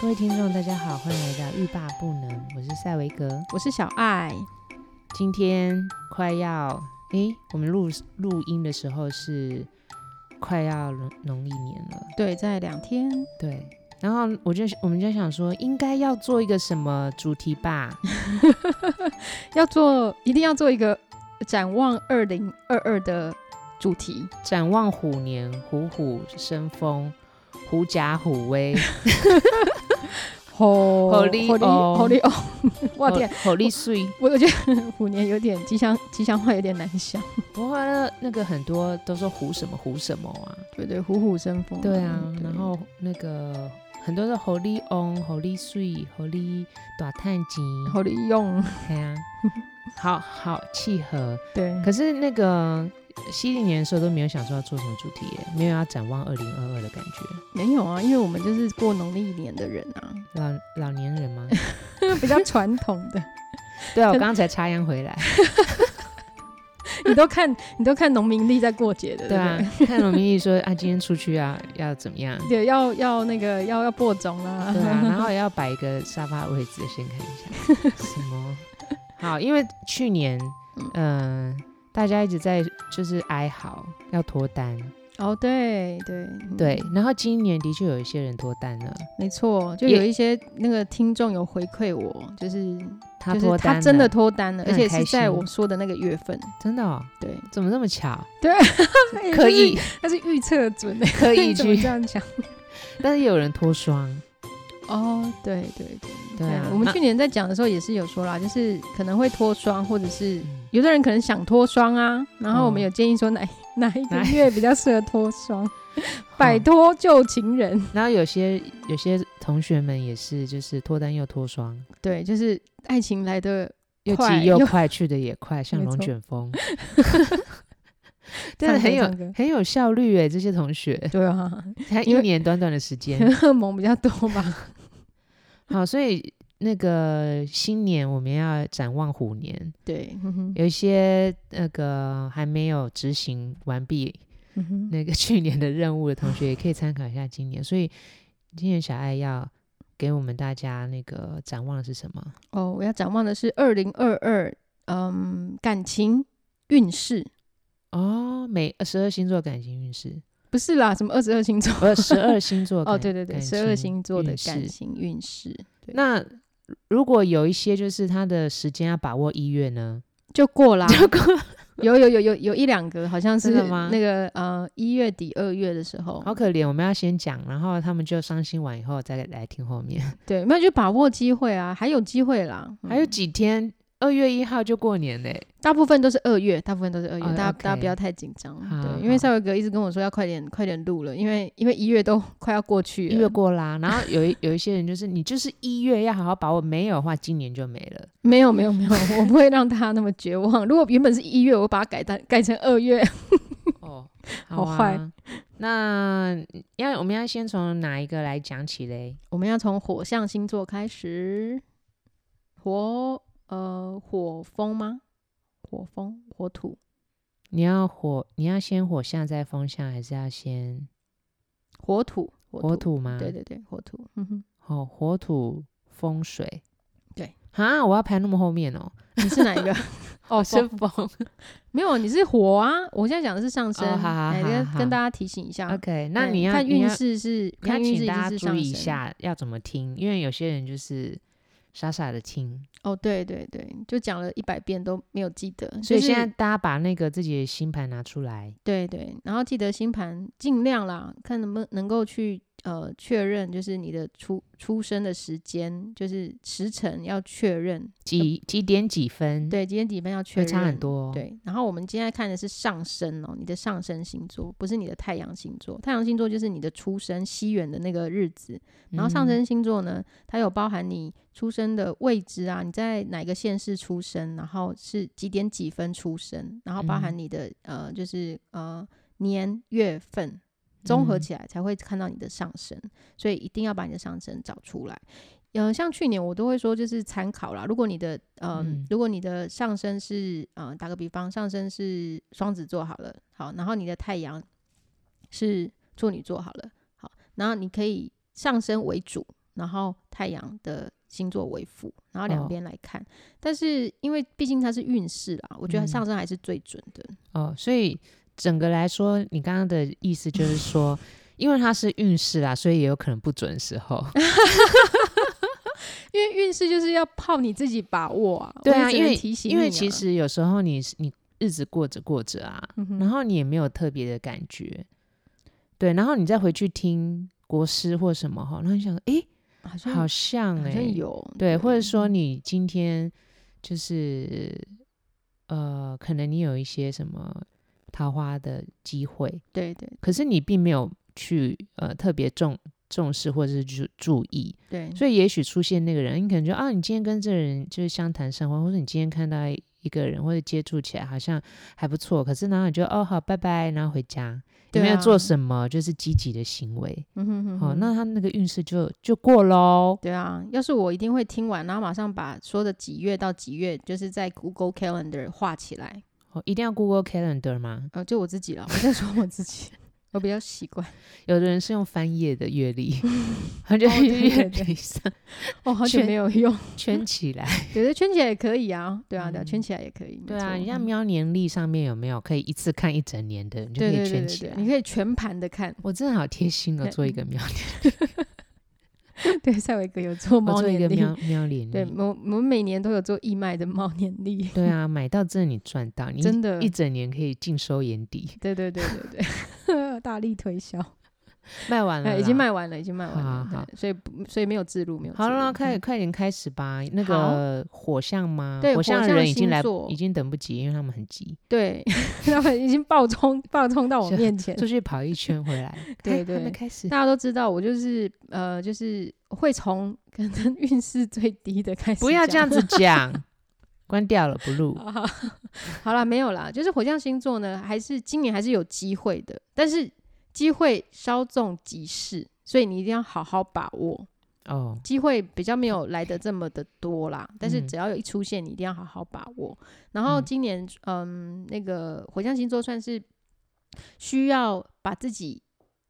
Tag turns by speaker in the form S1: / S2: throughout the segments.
S1: 各位听众，大家好，欢迎来到欲罢不能，我是赛维格。
S2: 我是小爱，
S1: 今天快要，诶，我们录录音的时候是快要农农历年了，
S2: 对，在两天，
S1: 对。然后我就我们就想说，应该要做一个什么主题吧？
S2: 要做一定要做一个展望二零二二的主题，
S1: 展望虎年，虎虎生风，狐假虎威，
S2: 吼
S1: 吼哩哦
S2: 吼哩哦， 哇天，
S1: 吼力碎。
S2: 我我觉得虎年有点吉祥吉祥话有点难想，
S1: 不过呢那个很多都说虎什么虎什么啊，
S2: 对对，虎虎生风，嗯
S1: 对啊，然后那个很多的狐狸翁、狐狸水、狐狸大探钱，
S2: 吼哩用，
S1: 对啊，好好契合。
S2: 对，
S1: 可是那个七零年的时候都没有想说要做什么主题耶，没有要展望二零二二的感觉。
S2: 没有啊，因为我们就是过农历年的人 啊，
S1: 老老年人吗？
S2: 比较传统的，
S1: 对啊，我刚才插秧回来。
S2: 你都看你都看农民历在过节
S1: 对
S2: 的，对
S1: 啊
S2: 不对？，
S1: 看农民历说啊，今天出去啊，要怎么样？
S2: 对，要要那个要要播种 啦，
S1: 对啊，然后也要摆一个沙发位置，先看一 下什么。好，因为去年，嗯、大家一直在就是哀嚎要脱单，
S2: 哦，对对嗯
S1: 对，然后今年的确有一些人脱单了，
S2: 没错，就
S1: 也
S2: 有一些那个听众有回馈我，就是
S1: 他
S2: 就
S1: 脱
S2: 是
S1: 单
S2: 他真的
S1: 了
S2: 脱单了，
S1: 那
S2: 而
S1: 很
S2: 且
S1: 开
S2: 是在
S1: 心
S2: 我说的那个月份，
S1: 真的、哦，
S2: 对，
S1: 怎么这么 巧？
S2: 哎
S1: 可以，，
S2: 但是预测 准的，
S1: 可以
S2: 怎么
S1: 去
S2: 这，样讲？
S1: 但是也有人脱双，
S2: 哦，对对
S1: 对
S2: 对，
S1: 啊，
S2: 我们
S1: 那
S2: 去年在讲的时候也是有说啦，就是可能会脱双，或者是
S1: 嗯
S2: 有的人可能想脱双啊，然后我们
S1: 哦
S2: 有建议说哪、哪一 个
S1: 哪嗯
S2: 月比较适合 脱双，摆
S1: 好
S2: 脱旧情人，
S1: 然后有些有些同学们也是，就是脱单又脱双，
S2: 对，就是爱情来的
S1: 又
S2: 快
S1: 急又
S2: 又
S1: 快，去的也快，像
S2: 没
S1: 龙
S2: 错
S1: 卷风， 真的
S2: 唱歌
S1: 很有
S2: 唱歌
S1: 很有效率哎，这些同学
S2: 对啊，
S1: 才一
S2: 因为
S1: 年短短的时
S2: 可
S1: 间
S2: 能，荷尔蒙比较多吧。
S1: 好，所以那个新年我们要展望虎年，
S2: 对，嗯哼
S1: 有一些那个还没有执行完毕
S2: 嗯哼
S1: 那个 去年的任务的同学，也可以参考一下今年。所以今年小爱要给我们大家那个展望的是什么？
S2: 哦，我要展望的是二零二二，嗯，感情运势
S1: 哦，每十二星座感情运势，
S2: 不是啦，什么二十二星座
S1: 呃，十二星座
S2: 哦，
S1: 感
S2: 对对对，
S1: 感
S2: 十二
S1: 情
S2: 星座的
S1: 运势
S2: 感情运势，对
S1: 那如果有一些就是他的时间要把握一月呢，
S2: 就过啦， 有有有有有一两个好像是
S1: 真的吗
S2: 那个呃一月底二月的时候，
S1: 好可怜，我们要先讲，然后他们就伤心完以后再来听后面，
S2: 对，那就把握机会啊，还有机会啦，嗯
S1: 还有几天，二月一号就过年嘞、
S2: 大部分都是二月，大部分都是二月，
S1: 哦
S2: 大家
S1: OK
S2: 大家不要太紧张，
S1: 好
S2: 对，因为
S1: 好
S2: 赛维格一直跟我说要快点快点录了，因为因为一月都快要过去了，
S1: 一月过啦。然后有一有一些人就是你就是一月要好好把握，没有的话今年就没了。
S2: 没有没有没有，我不会让他那么绝望。如果原本是一月，我把它改单改成二月。
S1: 哦，
S2: 好
S1: 啊
S2: 坏。
S1: 那要我们要先从哪一个来讲起嘞？
S2: 我们要从火象星座开始，火呃火风吗？火风火土，
S1: 你要火，你要先火象再风象，还是要先
S2: 火土火
S1: 火土吗？
S2: 对对对，火土。嗯哼，
S1: 哦，火土风水，
S2: 对
S1: 啊，我要排那么后面哦，
S2: 你是哪一个？
S1: 哦，
S2: 风
S1: 是风
S2: 没有，你是火啊！我现在讲的是上升，
S1: 哦好好
S2: 哎
S1: 好
S2: 跟
S1: 好
S2: 跟大家提醒一下。
S1: ，OK，那
S2: 对
S1: 你要
S2: 看
S1: 你
S2: 运
S1: 要
S2: 势是
S1: 你要
S2: 看运势
S1: 请
S2: 一
S1: 大
S2: 定
S1: 家
S2: 是
S1: 注
S2: 上
S1: 意一
S2: 升。
S1: 下要怎么听，因为有些人就是傻傻的听，
S2: 哦，对对对，就讲了一百遍都没有记得，
S1: 所以
S2: 嗯就是
S1: 现在大家把那个自己的星盘拿出来，
S2: 对对，然后记得星盘尽量啦，看能不能能够去呃确认，就是你的出出生的时间，就是时辰要确认。
S1: 几几点几分，，
S2: 对，今天几分要
S1: 嗯
S2: 确
S1: 会
S2: 认，
S1: 差很。多，，
S2: 对，然后我们今天看的是上升哦，你的上升星座不是你的太阳星座，太阳星座就是你的出生西元的那个日子，然后上
S1: 嗯
S2: 升星座呢，它有包含你出生的位置啊，你在哪个县市出生，然后是几点几分出生，然后包含
S1: 嗯
S2: 你的、呃，就是呃年月份，综合
S1: 嗯
S2: 起来才会看到你的上升，所以一定要把你的上升找出来。呃，像去年我都会说，就是参考啦。如果你的呃，
S1: 嗯
S2: 如果你的上升是呃，打个比方，上升是双子座好了，好，然后你的太阳是处女座好了，好，然后你可以上升为主，然后太阳的星座为辅，然后
S1: 哦
S2: 两边来看。但是因为毕竟它是运势啦，我觉得
S1: 嗯
S2: 上升还是最准的。
S1: 哦，所以整个来说，你刚刚的意思就是说，因为它是运势啦，所以也有可能不准时 候。
S2: 因为运势就是要靠你自己把握啊。
S1: 对
S2: 我也
S1: 啊，
S2: 只
S1: 因
S2: 能
S1: 为
S2: 提醒你、啊，
S1: 因为其实有时候你是你日子过着过着啊，
S2: 嗯哼，
S1: 然后你也没有特别的感觉，对，然后你再回去听国师或什么哈，然后你想说，诶，
S2: 嗯好像
S1: 好像
S2: 好
S1: 哎、
S2: 像有嗯
S1: 对，或者说你今天就是呃，可能你有一些什么桃花的机会，
S2: 对对
S1: 可是你并没有去呃特别重重视或者是注注意，
S2: 对，
S1: 所以也许出现那个人，你可能就啊，你今天跟这个人就是相谈甚欢，或者你今天看到一个人或者接触起来好像还不错，可是然后你就哦好拜拜，然后回家，也
S2: 对
S1: 没有
S2: 啊
S1: 做什么就是积极的行为，
S2: 嗯哼哼
S1: 好、
S2: 哼
S1: 那他那个运势就就过喽。
S2: 对啊，要是我一定会听完，然后马上把说的几月到几月，就是在 Google Calendar 画起来。
S1: 哦，一定要 Google Calendar 吗？
S2: 呃，就我自己了，我在说我自己， 我比较习惯。
S1: 有的人是用翻页的阅 历，他就
S2: 哦对对
S1: 阅
S2: 对
S1: 历 上
S2: 哦，好久
S1: 圈
S2: 没有用，
S1: 圈起来。
S2: 有的圈起来也可以啊，对啊，对啊，
S1: 嗯
S2: 圈起来也可以。没
S1: 对啊，
S2: 错嗯
S1: 你像喵年历上面有没有可以一次看一整年的，你就可
S2: 对对
S1: 以
S2: 对
S1: 圈
S2: 对
S1: 起
S2: 对，
S1: 来。
S2: 你可以全盘的看。
S1: 我真的好贴心哦，
S2: 对
S1: 做一个 喵年，
S2: 对，赛维格有做
S1: 我
S2: 猫
S1: 做一个
S2: 年历，
S1: 喵嗯喵年历。
S2: 对，我我们每年都有做义卖的猫年历，
S1: 对啊，买到这你赚到，你
S2: 真的
S1: 一整年可以尽收眼 底，
S2: 对对对对对， 大力推 销，
S1: 卖完了啦，
S2: 哎已经卖完了，已经卖完
S1: 好
S2: 了
S1: 好，
S2: 对所以不所以没有自录，没有
S1: 好
S2: 自录
S1: 了，快
S2: 嗯
S1: 快点开始吧。那个火象吗？
S2: 对
S1: 火象的人已经来
S2: 火象星，座
S1: 已经等不及，因为他们很急，
S2: 对， 他们已经暴冲暴冲到我
S1: 啊
S2: 面前，，
S1: 出去跑一圈回来
S2: 对
S1: 哎
S2: 对
S1: 还没开始，
S2: 大家都知道我就是呃就是会从可能运势最低的开始，
S1: 不要这样。子 讲，关掉了不录。
S2: 好啊 好啦，没有啦，就是火象星座呢，还是今年还是有机会的，但是机会稍纵即逝，所以你一定要好好把握。
S1: 哦，
S2: 机会比较没有来的这么的多啦，但是
S1: 嗯
S2: 只要有一出现，你一定要好好把握。然后
S1: 嗯
S2: 今年，嗯，那个火象星座算是需要把自己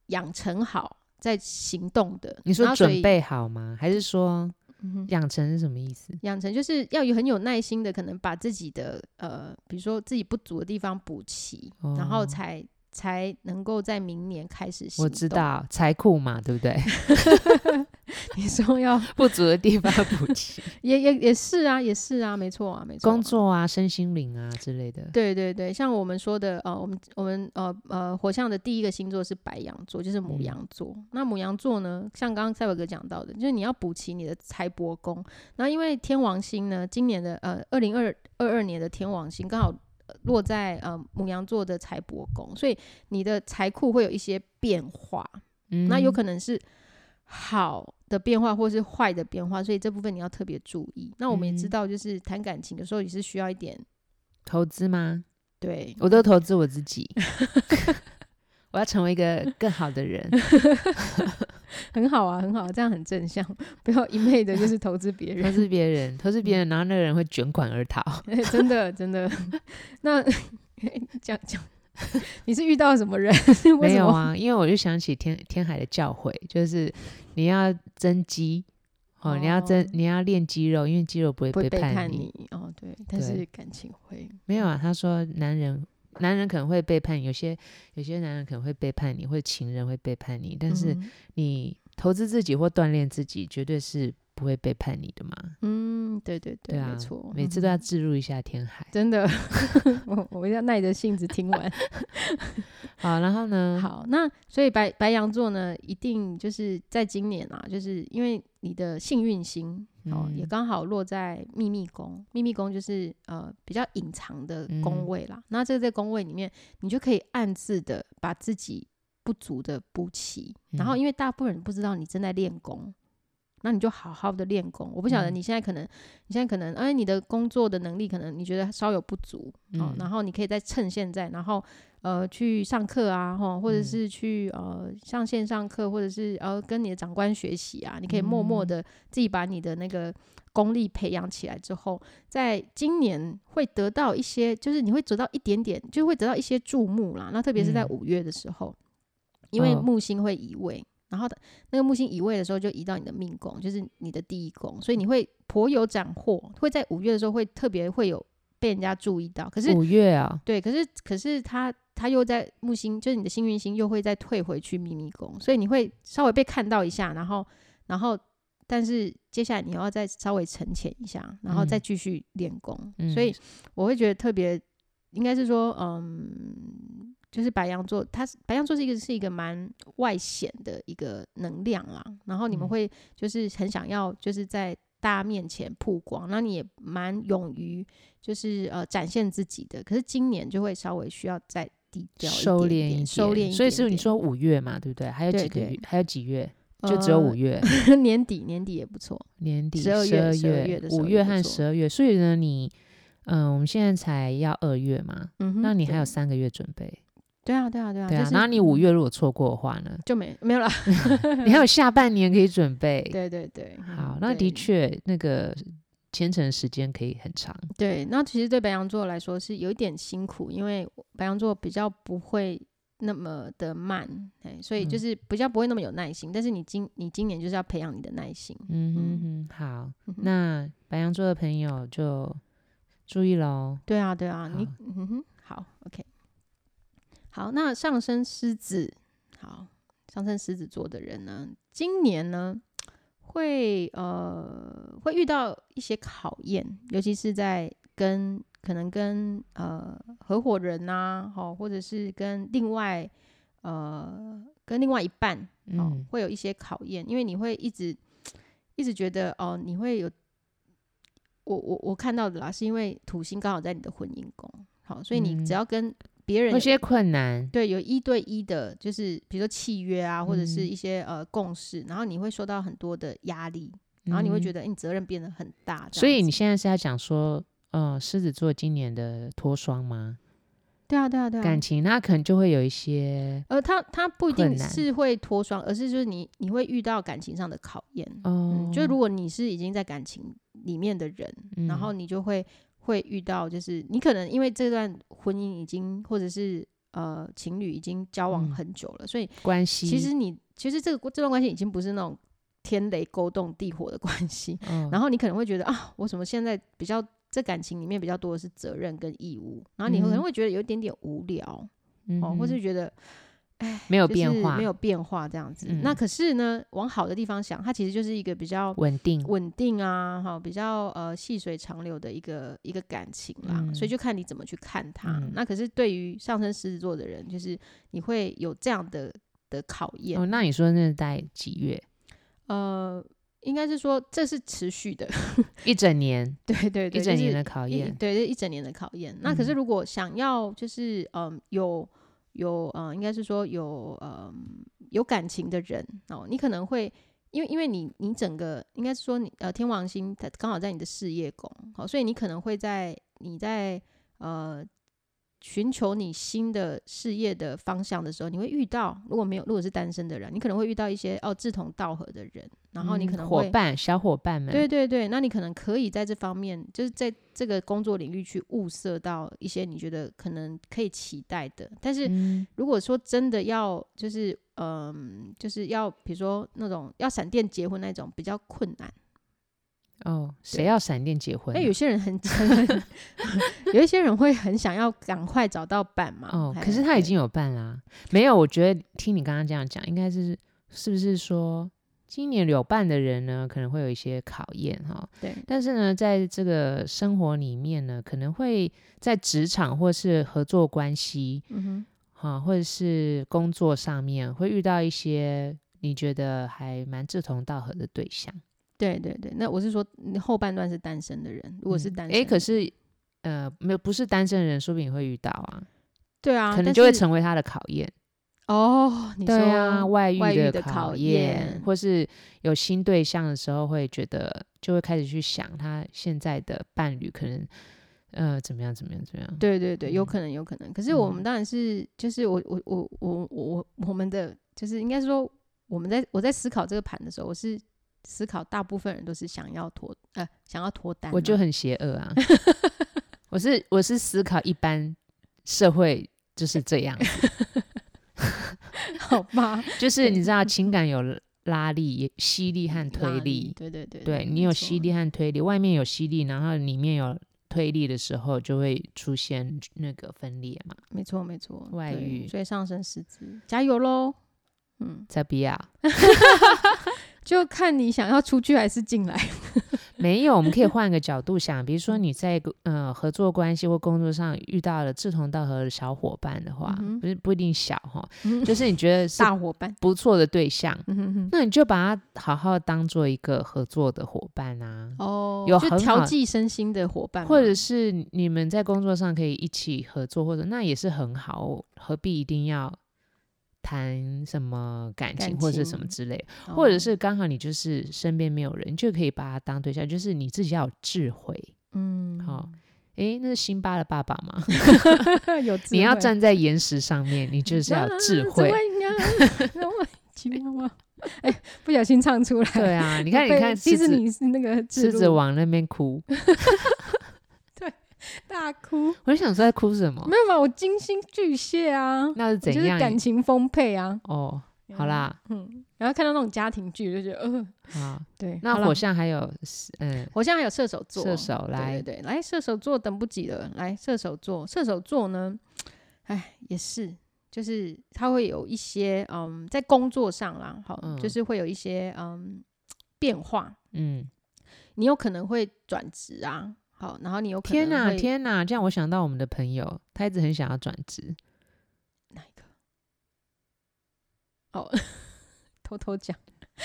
S2: 养成好再行动的。
S1: 你
S2: 然
S1: 说
S2: 后所
S1: 准
S2: 以
S1: 备好吗？还是说
S2: 嗯哼
S1: 养成是什么意思？
S2: 养成就是要有很有耐心的，可能把自己的呃，比如说自己不足的地方补齐，然
S1: 哦
S2: 后才才能够在明年开始行动。
S1: 我知，道财库嘛，对不对？
S2: 你说要
S1: 不足的地方补 齐，
S2: 也也也是啊，也是啊，没错啊，没错啊、
S1: 工作啊、身心灵啊之类的。
S2: 对对对，像我们说的，呃，我们我们呃呃，火象的第一个星座是白羊座，就是母
S1: 嗯
S2: 羊座。那母羊座呢，像刚刚赛伟哥讲到的，就是你要补齐你的财帛宫。那因为天王星呢，今年的呃二零二二二年的天王星刚好呃落在呃母羊座的财帛宫，所以你的财库会有一些变化。
S1: 嗯
S2: 那有可能是好的变化，或是坏的变化，所以这部分你要特别注意。那我们也
S1: 嗯
S2: 知道，就是谈感情的时候也是需要一点。
S1: 投资吗？
S2: 对，
S1: 我都投资我自己， 我要成为一个更好的 人。
S2: 很好啊，很好啊，这样很正向，不要一昧的就是投资别
S1: 投
S2: 人，
S1: 资别人，投资别人，然后那个人会卷款而逃。
S2: 真的真的。 那讲讲，你是遇到什么人？
S1: 没
S2: 为什
S1: 有
S2: 么？
S1: 啊，因为我就想起天天海的教诲，就是你要增肌，哦，你要增
S2: 哦，
S1: 你要练肌肉，因为肌肉不会
S2: 不会
S1: 背
S2: 背
S1: 叛
S2: 叛
S1: 你。
S2: 你哦，对，但
S1: 对
S2: 是感情会
S1: 没有啊，他说男人。男人可能会背叛，有些有些男人可能会背叛你，或者情人会背叛你，但是
S2: 嗯
S1: 你投资自己或锻炼自己，绝对是不会背叛你的嘛。
S2: 嗯，对对
S1: 对啊，
S2: 没错，
S1: 每次
S2: 嗯
S1: 都要置入一下天海。
S2: 真的， 我我要耐着性子听完。
S1: 好，然后呢？
S2: 好，那所以白白羊座呢，一定就是在今年啊，就是因为你的幸运星哦，
S1: 嗯
S2: 也刚好落在秘密宫，秘密宫就是呃比较隐藏的宫
S1: 嗯
S2: 位啦。那这个在宫位里面，你就可以暗自的把自己不足的补齐，然后哦
S1: 嗯
S2: 因为大部分人不知道你正在练功。那你就好好的练功。我不晓得
S1: 嗯
S2: 你现在可能，你现在可能，哎，你的工作的能力可能你觉得稍有不足，哦
S1: 嗯，
S2: 然后你可以再趁现在，然后呃去上课啊，吼，或者
S1: 嗯
S2: 是去、呃上线上课，或者是呃跟你的长官学习啊，你可以默默
S1: 嗯
S2: 的自己把你的那个功力培养起来之后，在今年会得到一些，就是你会得到一点点，就会得到一些注目啦。那特别是在
S1: 嗯
S2: 五月的时候，因为
S1: 哦
S2: 木星会移位，然后的那个木星移位的时候就移到你的命宫，就是你的第一宫，所以你会颇有斩获，会在五月的时候会特别会有被人家注意到。可是
S1: 五月啊，
S2: 对，可是可是他他又在木星，就是你的幸运星又会再退回去秘密宫，所以你会稍微被看到一下，然后然后但是接下来你要再稍微沉潜一下，然后再
S1: 嗯
S2: 继续练功，
S1: 嗯
S2: 所以我会觉得特别，应该是说嗯。就是白羊座，它是白羊座是一个是一个蛮外显的一个能量啦，然后你们
S1: 嗯
S2: 会就是很想要就是在大家面前曝光，然后你也蛮勇于就是呃展现自己的。可是今年就会稍微需要再低调
S1: 收敛
S2: 点
S1: 一
S2: 点，
S1: 点，
S2: 收敛一点点。
S1: 所以是你说五月嘛，对不对？还有
S2: 对
S1: 几个
S2: 对
S1: 月，还有几月？就只有五 月、
S2: 呃年底年底也不错。
S1: 年底、
S2: 12月
S1: 12
S2: 12月的时候
S1: 五
S2: 也
S1: 月
S2: 不
S1: 和
S2: 错
S1: 十二月。所以呢，你，嗯，我们现在才要二月嘛，
S2: 嗯哼，
S1: 那你还
S2: 对
S1: 有三个月准备，
S2: 对啊对啊对啊，
S1: 对
S2: 就
S1: 啊。
S2: 是
S1: 然后你五
S2: 嗯
S1: 月如果错过的话呢，
S2: 就没没有了。
S1: 你还有下半年可以准备。
S2: 对对对，嗯
S1: 好，那
S2: 对
S1: 的确那个牵扯的时间可以很长。
S2: 对，那其实对白羊座来说是有一点辛苦，因为白羊座比较不会那么的慢，哎，所以
S1: 嗯
S2: 就是比较不会那么有耐心。但是你今你今年就是要培养你的耐心，
S1: 嗯哼哼，好，
S2: 嗯
S1: 那白羊座的朋友就注意喽。
S2: 对啊，对啊，你
S1: 好
S2: 嗯哼，好，OK，好，那上升狮子，好，上升狮子座的人呢，今年呢会呃会遇到一些考验，尤其是在跟可能跟呃合伙人呐、好，或者是跟另外呃跟另外一半，哦
S1: 嗯，
S2: 会有一些考验，因为你会一直一直觉得哦，你会有我我我看到的啦，是因为土星刚好在你的婚姻宫，好，所以你
S1: 嗯
S2: 只要跟别人
S1: 有
S2: 有
S1: 些困难，
S2: 对有一对一的，就是比如说契约啊，或者是
S1: 嗯
S2: 一些呃共识，然后你会受到很多的压力，然后你会
S1: 嗯
S2: 觉得、诶你责任变得很大，这
S1: 所
S2: 样
S1: 以你
S2: 子
S1: 现在是要讲说，呃，狮子座今年的脱双吗？
S2: 对啊对啊对啊，
S1: 感情那可能就会有一些
S2: 呃，他他不一
S1: 困
S2: 定
S1: 难
S2: 是会脱双，而是就是你你会遇到感情上的考验。
S1: 哦
S2: 嗯，，就如果你是已经在感情里面的人，
S1: 嗯
S2: 然后你就会会遇到，就是你可能因为这段婚姻已经或者是呃情侣已经交往
S1: 嗯
S2: 很久了，所以
S1: 关系，
S2: 其实你其实这个这段关系已经不是那种天雷勾动地火的关系，
S1: 嗯，
S2: 然后你可能会觉得啊，我怎么现在比较在感情里面比较多的是责任跟义务，然后你可
S1: 嗯
S2: 能
S1: 哼
S2: 会觉得有一点点无聊、
S1: 嗯
S2: 哦，或
S1: 哼
S2: 是觉得
S1: 没有
S2: 就
S1: 变
S2: 是
S1: 化，
S2: 没有变化这样子。
S1: 嗯
S2: 那可是呢，往好的地方想，它其实就是一个比较
S1: 稳定，
S2: 稳定啊，哈，比较呃细水长流的一个一个感情啦，
S1: 嗯
S2: 所以就看你怎么去看它。
S1: 嗯
S2: 那可是对于上升狮子座的人，就是你会有这样的的考验，
S1: 哦，那你说那是在几月？
S2: 呃，应该是说这是持续的，
S1: 一整年，
S2: 对对对，
S1: 一整
S2: 就是
S1: 年的考
S2: 一
S1: 验，嗯
S2: 对，这一整年的考验。那可是如果想要就是嗯、有有嗯、呃应该是说有嗯、有感情的人哦，你可能会。因为因为你你整个应该是说你呃天王星它刚好在你的事业宫，好、所以你可能会在你在呃寻求你新的事业的方向的时候，你会遇到如果没有如果是单身的人，你可能会遇到一些哦志同道合的人，然后你
S1: 嗯
S2: 可能会、
S1: 伙伴、小伙伴们，嗯
S2: 对对对，那你可能可以在这方面，就是在这个工作领域去物色到一些你觉得可能可以期待的。但是
S1: 嗯，
S2: 如果说真的要，就是嗯，就是要比如说那种要闪电结婚那种比较困难。
S1: 哦，谁
S2: 对
S1: 要闪电结婚
S2: 那
S1: 啊？
S2: 有些人很， 有一些人会很想要赶快找到伴嘛。
S1: 哦，
S2: 哎
S1: 可是他已
S2: 对
S1: 经有办啦、没有，我觉得听你刚刚这样讲，应该是是不是说今年有办的人呢，可能会有一些考验哈。
S2: 对
S1: 但是呢，在这个生活里面呢，可能会在职场或是合作关系
S2: 嗯哼，
S1: 哈，或者是工作上面，会遇到一些你觉得还蛮志同道合的对象。
S2: 对对对。那我是说，你后半段是单身的人，如果是
S1: 嗯
S2: 单身
S1: 诶
S2: 的，
S1: 可是呃，没有不是单身的人，说不定会遇到啊，
S2: 对啊，
S1: 可能
S2: 但
S1: 就会
S2: 是
S1: 成为他的考验。
S2: 哦，你
S1: 对
S2: 说
S1: 啊，外遇
S2: 外遇
S1: 的
S2: 的
S1: 考
S2: 考验
S1: 或是有新对象的时候，会觉得就会开始去想他现在的伴侣可能呃怎么样怎么样怎么样。
S2: 对对对，有
S1: 嗯
S2: 可能，有可能。可是我们
S1: 嗯
S2: 当然是，就是我我我我我我我们的，就是应该说，我们在我在思考这个盘的时候，我是思考大部分人都是想要脱呃想要脱单嘛，
S1: 我就很邪恶 啊！我是我 是思考一般社会就是这样，
S2: 好吧，
S1: 就是你知道情感有拉力、吸力和推
S2: 拉
S1: 力。
S2: 对对对，
S1: 对你
S2: 没
S1: 有
S2: 错
S1: 吸力和推力，外面有吸力，然后里面有推力的时候，就会出现那个分裂嘛。
S2: 没错没错，
S1: 外
S2: 对
S1: 遇
S2: 所以上升狮子，加油喽！嗯，
S1: 才不要，
S2: 就看你想要出去还是进来。
S1: 没有，我们可以换个角度想，比如说你在呃合作关系或工作上遇到了志同道合的小伙伴的话，
S2: 嗯哼
S1: 不是不一定小哈，
S2: 嗯
S1: 就是你觉得是
S2: 大伙伴，
S1: 不错的对象，
S2: 嗯哼哼，
S1: 那你就把他好好当做一个合作的伙伴啊。
S2: 哦，
S1: 有
S2: 就
S1: 很
S2: 调
S1: 好
S2: 剂身心的伙伴嘛，
S1: 或者是你们在工作上可以一起合作，或者那也是很好，何必一定要谈什么感情
S2: 感
S1: 或者什么
S2: 情
S1: 之类的？
S2: 哦
S1: 或者是刚好你就是身边没有人，你就可以把他当对象，就是你自己要有智慧。
S2: 嗯，
S1: 好诶，那是辛巴的爸爸吗？
S2: 有
S1: 你要
S2: 站
S1: 站在岩石上面，你 就是
S2: 啊
S1: 要有智慧。
S2: 奇妙啊！ 哎，不小心唱出来。
S1: 对啊， 你看，你
S2: 被
S1: 看
S2: 迪
S1: 狮
S2: 士
S1: 子，
S2: 尼是那个
S1: 狮
S2: 制
S1: 子
S2: 度
S1: 往那边 哭，
S2: 大哭，
S1: 我就想说在哭什么？
S2: 没有吧？我金星巨蟹啊，
S1: 那是
S2: 我
S1: 怎
S2: 就是
S1: 样？
S2: 感情丰沛啊。
S1: 哦，好，啦，
S2: 嗯，然后看到那种家庭剧就觉得，呃，
S1: 好，
S2: 对。
S1: 那
S2: 好啦
S1: 火象还有嗯，
S2: 火象还有射手座，
S1: 射手来，
S2: 对对对，来射手座等不及了，来射手座，射手座呢，哎，也是，就是他会有一些嗯，在工作上啦，好，
S1: 嗯
S2: 就是会有一些嗯变化，
S1: 嗯，
S2: 你有可能会转职啊，好，然后你有可能
S1: 天哪，
S2: 会
S1: 天哪，这样我想到我们的朋友，他一直很想要转职，
S2: 哪一个？哦， 偷偷讲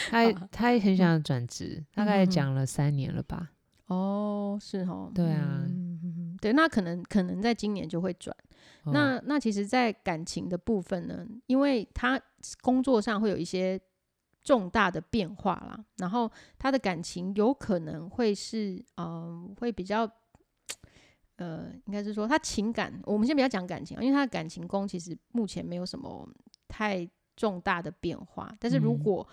S1: 他 也
S2: 好
S1: 他也很想要转职，大概
S2: 嗯嗯嗯嗯
S1: 讲了三年了吧，
S2: 哦，是哦，
S1: 对啊
S2: 嗯嗯嗯对，那可能可能在今年就会转。
S1: 哦
S2: 那那其实，在感情的部分呢，因为他工作上会有一些重大的变化啦，然后他的感情有可能会是嗯、呃会比较。呃，应该是说他情感，我们先不要讲感情啊，因为他的感情宫其实目前没有什么太重大的变化。但是如
S1: 嗯
S2: 果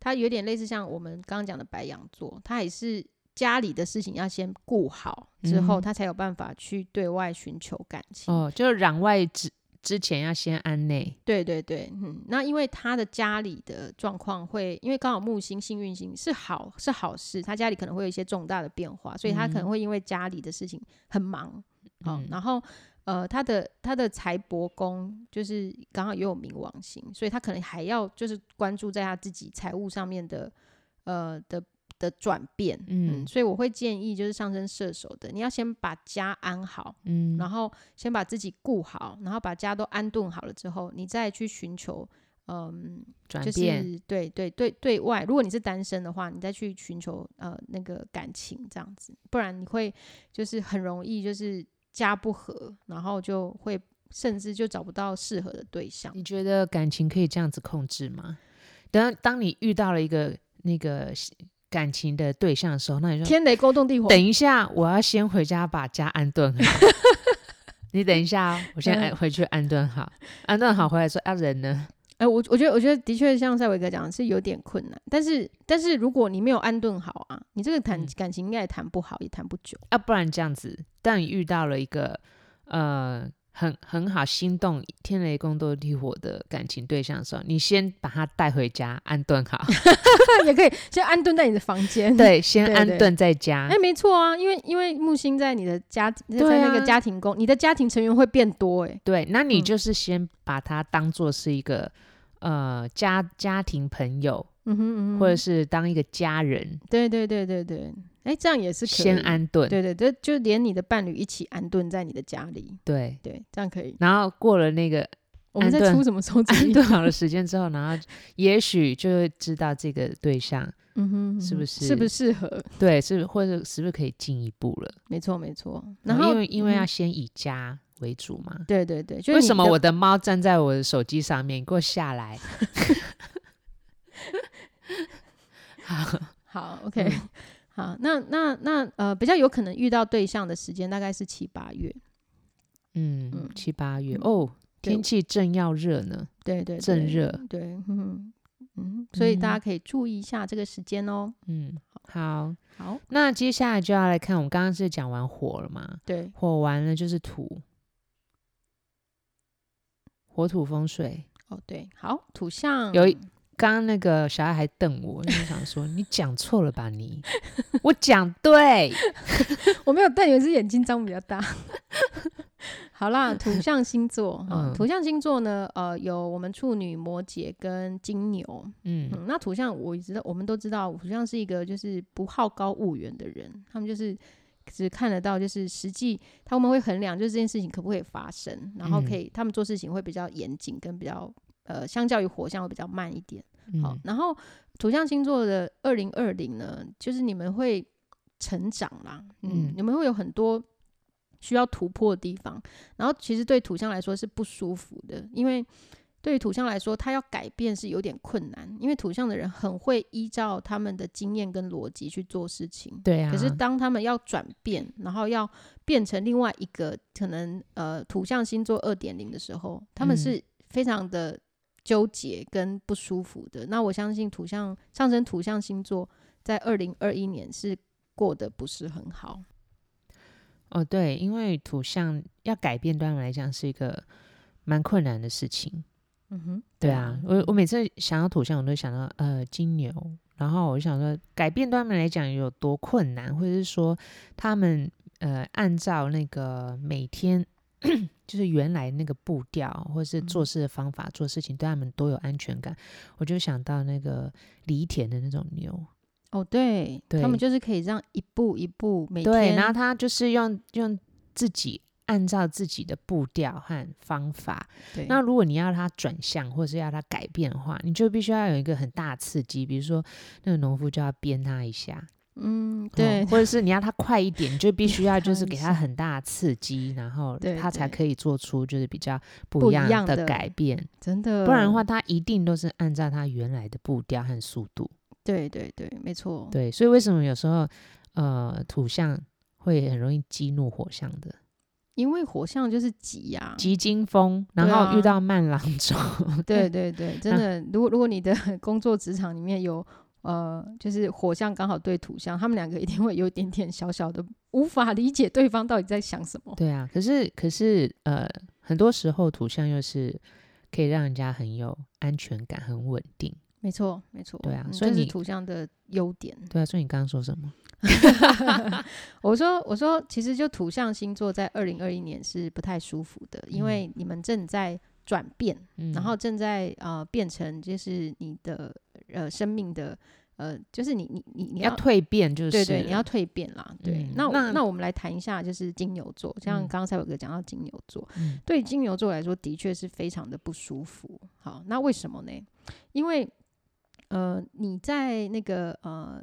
S2: 他有点类似像我们刚刚讲的白羊座，他也是家里的事情要先顾好，之后
S1: 嗯
S2: 他才有办法去对外寻求感情。
S1: 哦，就是攘外之之前要先安内，
S2: 对对对，嗯，那因为他的家里的状况会，因为刚好木星幸运星是好是好事，他家里可能会有一些重大的变化，所以他可能
S1: 嗯
S2: 会因为家里的事情很忙，哦，
S1: 嗯
S2: 然后呃，他的他的财帛宫就是刚好也有冥王星，所以他可能还要就是关注在他自己财务上面的呃的的转变，嗯，
S1: 嗯
S2: 所以我会建议就是上升射手的，你要先把家安好，
S1: 嗯，
S2: 然后先把自己顾好，然后把家都安顿好了之后，你再去寻求，嗯，
S1: 转
S2: 就
S1: 变，
S2: 是对对对对外，如果你是单身的话，你再去寻求呃那个感情这样子，不然你会就是很容易就是家不和，然后就会甚至就找不到适合的对象。
S1: 你觉得感情可以这样子控制吗？等当你遇到了一个那个感情的对象的时候，那你就
S2: 天雷勾动地火，
S1: 等一下，我要先回家把家安顿好。 你等一下、哦，我先安回去安顿好，安顿好回来说啊人呢？
S2: 哎、我我觉得，我觉得的确像赛维哥讲的是有点困难，但是但是如果你没有安顿好啊，你这个谈、
S1: 嗯
S2: 感情应该也谈不好，也谈不久。
S1: 啊，不然这样子，当你遇到了一个呃很很好心动、天雷公斗地火的呃感情对象的时候，你先把他带回家安顿 好，
S2: 也可以先安顿在你的房间。，
S1: 对，先
S2: 对
S1: 安
S2: 对
S1: 顿在家。
S2: 哎，没错啊，因为因为木星在你的家，在
S1: 对啊
S2: 那个家庭宫，你的家庭成员会变多，哎，
S1: 对，那你
S2: 嗯
S1: 就是先把他当做是一个呃家家庭朋友，
S2: 嗯哼嗯哼，
S1: 或者是当一个家人，
S2: 对对对对对，哎，这样也是可以
S1: 先，安顿。
S2: 对对对，就连你的伴侣一起安顿在你的家里，
S1: 对
S2: 对，这样可以。
S1: 然后过了那 个
S2: 我们在
S1: 安顿
S2: 出什么时候主
S1: 安
S2: 意？
S1: 顿好的时间之后，然后也许就会知道这个对象
S2: 嗯哼，嗯哼
S1: 是不是
S2: 适不适合？
S1: 对是或者是不是可以进一步了。
S2: 没错没错。
S1: 然
S2: 然
S1: 后哦
S2: 后
S1: 因为因为
S2: 嗯
S1: 要先以家为主嘛。
S2: 对对对，就是
S1: 为
S2: 你
S1: 什么
S2: 的
S1: 我的猫站在我的手机上面？你给我下来！ 好，
S2: 好，OK，、
S1: 嗯
S2: 好，那那那呃，比较有可能遇到对象的时间大概是七八月，
S1: 嗯
S2: 嗯，
S1: 七八月
S2: 嗯
S1: 哦，
S2: 对
S1: 天气正要热呢。
S2: 对对，
S1: 正
S2: 对
S1: 热，
S2: 对，嗯嗯，所以大家可以注意一下这个时间哦。
S1: 嗯，好，
S2: 好，
S1: 那接下来就要来看，我们刚刚是讲完火了嘛？
S2: 对，
S1: 火完了就是土，火土风水。
S2: 哦，对，好，土象
S1: 有一刚刚那个小爱还瞪我，就想说你讲错了吧你？我讲对，
S2: 我没有瞪，有一只眼睛张比较大。 好啦，土象星 座啊、
S1: 嗯
S2: 土象星座呢，呃，有我们处女、摩羯跟金牛。
S1: 嗯
S2: 嗯，那土象我知道，我们都知道，土象是一个就是不好高骛远的人，他们就是只看得到就是实际，他们会衡量就是这件事情可不可以发生，然后可以、他们做事情会比较严谨，跟比较呃，相较于火象会比较慢一点。好
S1: 嗯，，
S2: 然后土象星座的二零二零呢，就是你们会成长啦，嗯，
S1: 嗯
S2: 你们会有很多需要突破的地方，然后其实对土象来说是不舒服的，因为对于土象来说，他要改变是有点困难，因为土象的人很会依照他们的经验跟逻辑去做事情，
S1: 对啊，
S2: 可是当他们要转变，然后要变成另外一个可能呃土象星座二点零的时候，他
S1: 嗯
S2: 们是非常的纠结跟不舒服的。那我相信土象上升土象星座在二零二一年是过得不是很好。
S1: 哦对，因为土象要改变，对他们来讲是一个蛮困难的事情。
S2: 嗯哼，
S1: 对啊，我我每次想到土象，我都想到呃金牛，然后我就想说，改变对他们来讲有多困难，或者是说他们呃按照那个每天 就是原来那个步调，或是做事的方法、做事情，对他们多有安全感。我就想到那个犁田的那种牛，
S2: 哦，对，
S1: 对
S2: 他们就是可以让一步一步每天，
S1: 对，然后他就是用用自己。按照自己的步调和方法，
S2: 对
S1: 那如果你要它转向，或是要它改变的话，你就必须要有一个很大的刺激，比如说那个农夫就要鞭它一下，
S2: 嗯，
S1: 哦
S2: 对，
S1: 或者是你要它快一点，你就必须要 就是给
S2: 鞭它
S1: 它
S2: 一下
S1: 很大的刺激，然后
S2: 对
S1: 它才
S2: 对
S1: 可以做出就是比较
S2: 不
S1: 不一
S2: 一
S1: 样
S2: 样
S1: 的
S2: 的呃
S1: 改变，
S2: 真的，
S1: 不然的话，，它一定都是按照它原来的步调和速度。
S2: 对对对，没错，
S1: 对，所以为什么有时候呃土象会很容易激怒火象的，
S2: 因为火象就是啊急呀、
S1: 急惊风，然
S2: 对
S1: 后
S2: 啊
S1: 遇到慢郎 中，
S2: 对对对，真的，如果如果你的 工作职场里面有呃，就是火象刚好对土象，他们两个一定会有一点点小小的无法理解对方到底在想什么。
S1: 对啊，可是可是呃，很多时候图像又是可以让人家很有安全感、很稳定。
S2: 没错，没错，
S1: 对啊
S2: 嗯
S1: 所以
S2: 这是
S1: 你
S2: 土象的优点。
S1: 对啊，所以你刚刚说什么？
S2: 我说，我说，其实就土象星座在二零二一年是不太舒服的，因为你们正在转变，
S1: 嗯，
S2: 然后正在呃变成就是你的呃生命的呃，就是你你你你
S1: 要蜕变就是
S2: 对对，你要
S1: 了
S2: 蜕变啦。对，
S1: 嗯
S2: 那我
S1: 那
S2: 那我们来谈一下，就是金牛座，像
S1: 嗯
S2: 刚刚才有个讲到金牛座，
S1: 嗯
S2: 对金牛座来说，的确是非常的不舒服。好，那为什么呢？因为呃，你在那个呃。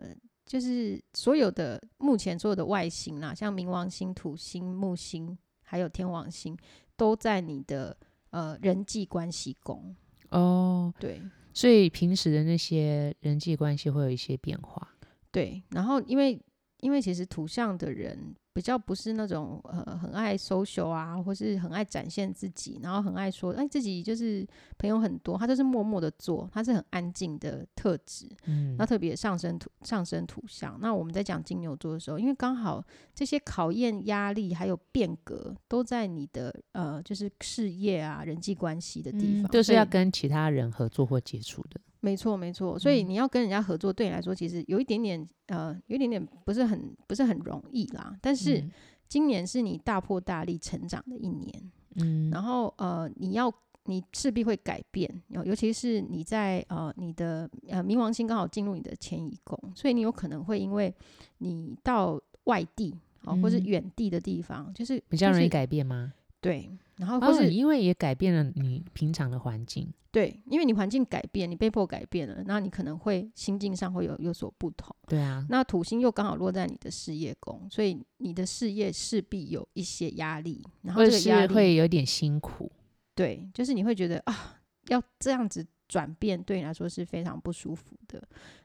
S2: 就是所有的目前所有的外星啦，像冥王星、土星、木星，还有天王星，都在你的呃人际关系宫。
S1: 哦，
S2: 对，
S1: 所以平时的那些人际关系会有一些变化。
S2: 对，然后因为因为其实图像的人比较不是那种呃很爱 social 啊，或是很爱展现自己，然后很爱说哎自己就是朋友很多，他就是默默的做，他是很安静的特质。
S1: 嗯
S2: 那特别上升图上升图像，那我们在讲金牛座的时候，因为刚好这些考验、压力还有变革都在你的呃就是事业啊、人际关系的地
S1: 嗯
S2: 方，
S1: 就是
S2: 所以
S1: 要跟其他人合作或接触的。
S2: 没错，没错。所以
S1: 嗯
S2: 你要跟人家合作，对你来说其实有一点点呃，有一点点不是很不是很容易啦。但是
S1: 嗯
S2: 今年是你大破大立成长的一年，
S1: 嗯，
S2: 然后呃，你要你势必会改变，尤尤其是你在呃你的呃冥王星刚好进入你的迁移宫，所以你有可能会因为你到外地哦，或是
S1: 嗯
S2: 远地的地方，就是
S1: 比较容易
S2: 就是
S1: 改变吗？
S2: 对，然后或
S1: 哦，
S2: 是
S1: 因为也改变了你平常的环境。
S2: 对，因为你环境改变，你被迫改变了，那你可能会心境上会有有所不同。
S1: 对啊，
S2: 那土星又刚好落在你的事业宫，所以你的事业势必有一些压力，然后
S1: 或
S2: 这
S1: 者
S2: 个压
S1: 是
S2: 力
S1: 会有点辛苦。
S2: 对，就是你会觉得啊，要这样子转变对你来说是非常不舒服的。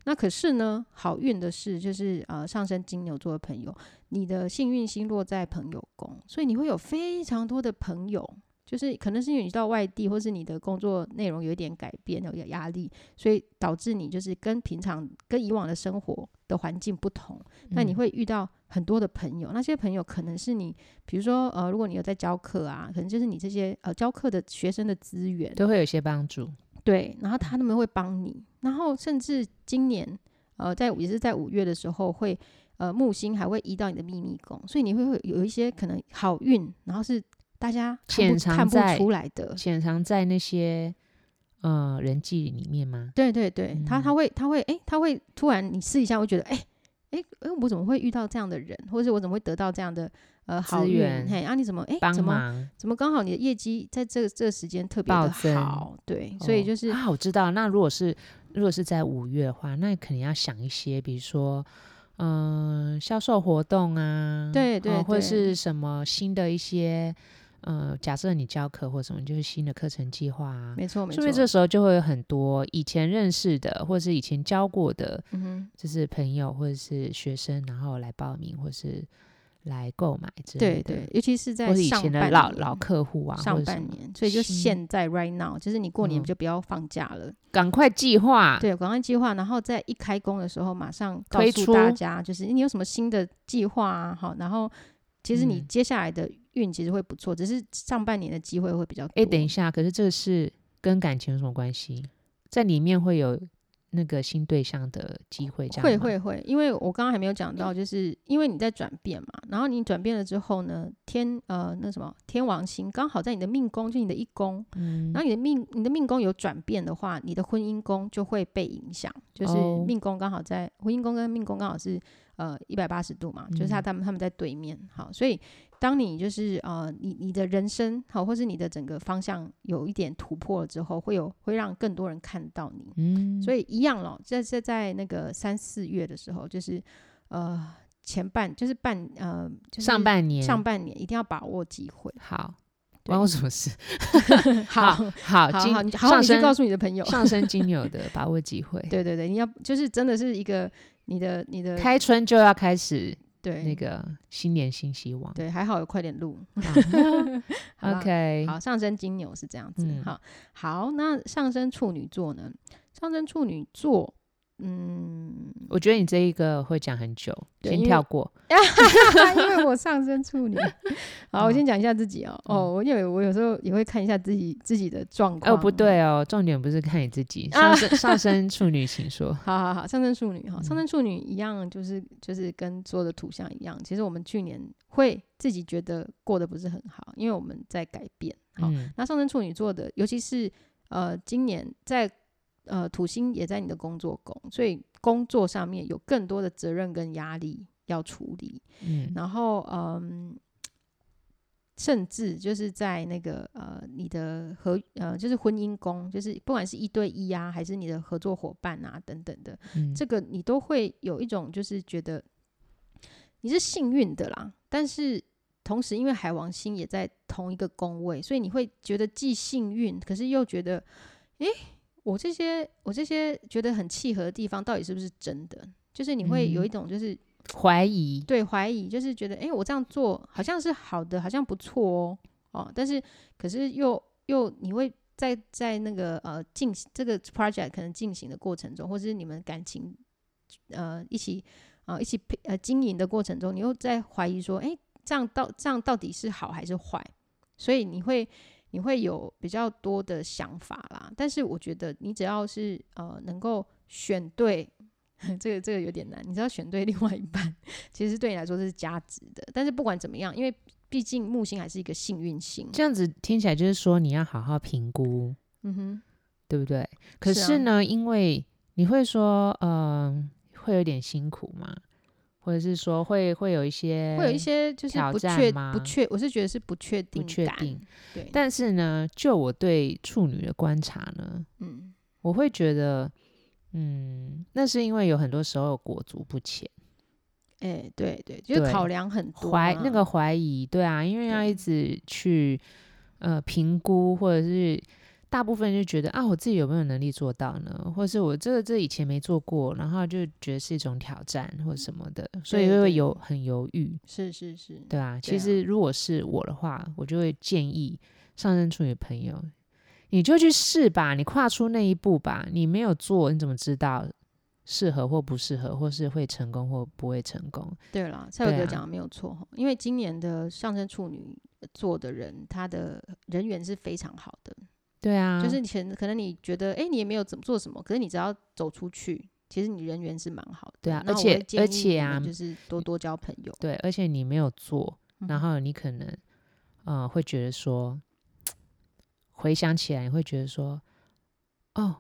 S2: 那可是呢，好运的是，就是呃，上升金牛座的朋友，你的幸运星落在朋友宫，所以你会有非常多的朋友。就是可能是因为你到外地，或是你的工作内容有一点改变，有点压力，所以导致你就是跟平常跟以往的生活的环境不同，那你
S1: 嗯
S2: 会遇到很多的朋友，那些朋友可能是你，比如说呃，如果你有在教课啊，可能就是你这些呃教课的学生的资源，
S1: 都会有一些帮助。
S2: 对，然后他们会帮你，然后甚至今年呃，在也是在五月的时候会呃木星还会移到你的秘密宫，所以你会会有一些可能好运，然后是大家看
S1: 潜
S2: 不
S1: 藏
S2: 看不
S1: 在
S2: 出来的。
S1: 潜藏在那些呃人际里面吗？
S2: 对对对，他他
S1: 嗯
S2: 会他会诶，他会突然你试一下，会觉得诶诶诶，我怎么会遇到这样的人，或者是我怎么会得到这样的呃好
S1: 资
S2: 运？
S1: 源
S2: 嘿，啊你怎么诶
S1: 帮
S2: 怎么
S1: 忙
S2: 怎么刚好你的业绩在这个这个时间特别
S1: 暴
S2: 的
S1: 增
S2: 好？对，所以
S1: 哦
S2: 就是
S1: 啊，我知道。那如果是如果是在五月的话，那肯定要想一些，比如说。嗯，销售活动啊，
S2: 对
S1: 哦
S2: 对
S1: 或者
S2: 对
S1: 是什么新的一些，呃，假设你教课或什么，就是新的课程计划啊，
S2: 没错没
S1: 是不，
S2: 错
S1: 是这时候就会有很多以前认识的，或是以前教过的，
S2: 嗯哼。
S1: 就是朋友或者是学生，然后来报名或是来购买之类
S2: 对
S1: 的，
S2: 对，，尤其是在
S1: 或是以
S2: 上
S1: 前的
S2: 半
S1: 老
S2: 年
S1: 老客户啊，或
S2: 上
S1: 者什
S2: 半
S1: 么，
S2: 年，所以就
S1: 新
S2: 现在 right now，就是你过年
S1: 嗯
S2: 就不要放假了，
S1: 赶快计划，
S2: 对，赶快计划，然后在一开工的时候马上告
S1: 推
S2: 诉大
S1: 出
S2: 家，就是你有什么新的计划啊，好，然后其实你
S1: 嗯
S2: 接下来的运其实会不错，只是上半年的机会会比较多。
S1: 哎，等一下，可是这是跟感情有什么关系？在里面会有那个新对象的机会，这样
S2: 会
S1: 吗，嗯
S2: 会会，因为我刚刚还没有讲到，就是因为你在转变嘛，然后你转变了之后呢，天呃那什么天王星刚好在你的命宫，就你的一宫，
S1: 嗯
S2: 然，后你的命你的命宫有转变的话，你的婚姻宫就会被影响，就是
S1: 哦
S2: 命宫刚好在婚姻宫跟命宫刚好是呃一百八十度嘛，就是他
S1: 嗯
S2: 他们他们在对面，好，所以当你就是呃你你的人生好，或是你的整个方向有一点突破了之后，会有会让更多人看到你，
S1: 嗯，
S2: 所
S1: 以
S2: 以一样咯，在在在那个三四月的时候，就是呃前半就是半呃就是
S1: 上半年
S2: 上半年一定要把握机会，
S1: 好，
S2: 对
S1: 关我什么 事？
S2: 好
S1: 好，
S2: 好
S1: 金
S2: 好，你好，
S1: 上
S2: 你去
S1: 升
S2: 告诉你的朋友。
S1: 上升金牛的把握机会，
S2: 对对对，你要就是真的是一个你的你的
S1: 开春就要开始
S2: 对
S1: 那个新年新希望。
S2: 对，还好有快点录。 好吧
S1: OK，
S2: 好，上升金牛是这样子。
S1: 嗯
S2: 好，好，那上升处女座呢？上升处女座，嗯，
S1: 我觉得你这一个会讲很久，
S2: 对
S1: 先
S2: 因为
S1: 跳过。
S2: 因为我上升 处女。好，我
S1: 嗯
S2: 先讲一下自己哦。哦，我有我有时候也会看一下自己自己的状况。
S1: 哦，不。对哦，重点不是看你自 己，上升上升处女，请说。
S2: 好好好，上升处女哈，
S1: 嗯
S2: 上升处女一样，就是就是跟所有的图像一样。其实我们去年会自己觉得过得不是很好，因为我们在改变。 好，
S1: 嗯
S2: 那上升处女座的，尤其是呃，今年在呃土星也在你的工作宫，所以工作上面有更多的责任跟压力要处理，
S1: 嗯
S2: 然后嗯。甚至就是在那个呃，你的合呃，就是婚姻宫，就是不管是一对一啊，还是你的合作伙伴啊等等的，
S1: 嗯，
S2: 这个你都会有一种就是觉得你是幸运的啦，但是同时因为海王星也在同一个宫位，所以你会觉得既幸运，可是又觉得，诶，我这些我这些觉得很契合的地方到底是不是真的？就是你会
S1: 嗯
S2: 有一种就是、
S1: 怀疑
S2: 对怀疑，就是觉得，诶，我这样做好像是好的，好像不错哦，哦，但是可是又又你会在在那个呃进行这个 project 可能进行的过程中，或者是你们感情呃一起呃一起配呃经营的过程中，你又在怀疑说，诶，这样到这样到底是好还是坏？所以你会你会有比较多的想法啦。但是我觉得你只要是呃能够选对。 这个这个有点难，你只要选对另外一半， 其实对你来说这是加值的。但是不管怎么样，因为毕竟木星还是一个幸运星，
S1: 这样子听起来就是说你要好好评估，
S2: 嗯哼，
S1: 对不对？可
S2: 是啊
S1: 是呢，因为你会说，嗯、会有点辛苦嘛，或者是说会会有一些，
S2: 会有一些就
S1: 嗯
S2: 是
S1: 挑
S2: 不
S1: 战
S2: 确
S1: 吗
S2: 不确，我是觉得是不确定
S1: 不确
S2: 感
S1: 定。
S2: 对，
S1: 但是呢，就我对处女的观察呢，
S2: 嗯，
S1: 我会觉得，嗯，那是因为有很多时候裹足不前，
S2: 哎、对对，就是
S1: 对
S2: 考量很多
S1: 怀
S2: 嘛
S1: 那个怀疑，对啊，因为要
S2: 对
S1: 一直去呃评估，或者是大部分就觉得啊，我自己有没有能力做到呢？或是我这个这以前没做过，然后就觉得是一种挑战或什么的，所以
S2: 对
S1: 就会
S2: 对
S1: 有很犹豫，
S2: 是是是，
S1: 对啊。
S2: 对
S1: 其
S2: 啊
S1: 实如果是我的话，我就会建议上升处女的朋友。你就去试吧，你跨出那一步吧。你没有做，你怎么知道适合或不适合，或是会成功或不会成功。
S2: 对了，蔡伟
S1: 对
S2: 哥
S1: 啊
S2: 讲的没有错哈，因为今年的上升处女座的人，他的人缘是非常好的，
S1: 对啊，
S2: 就是以前可能你觉得，哎、你也没有怎么做什么，可是你只要走出去，其实你人缘是蛮好的。
S1: 对啊
S2: 嗯那
S1: 而
S2: 我
S1: 且
S2: 会建
S1: 而
S2: 议
S1: 且
S2: 你
S1: 啊
S2: 们就是多多交朋友。
S1: 对，而且你没有做，然
S2: 嗯
S1: 后你可能呃会觉得说，回想起来你会觉得说，哦，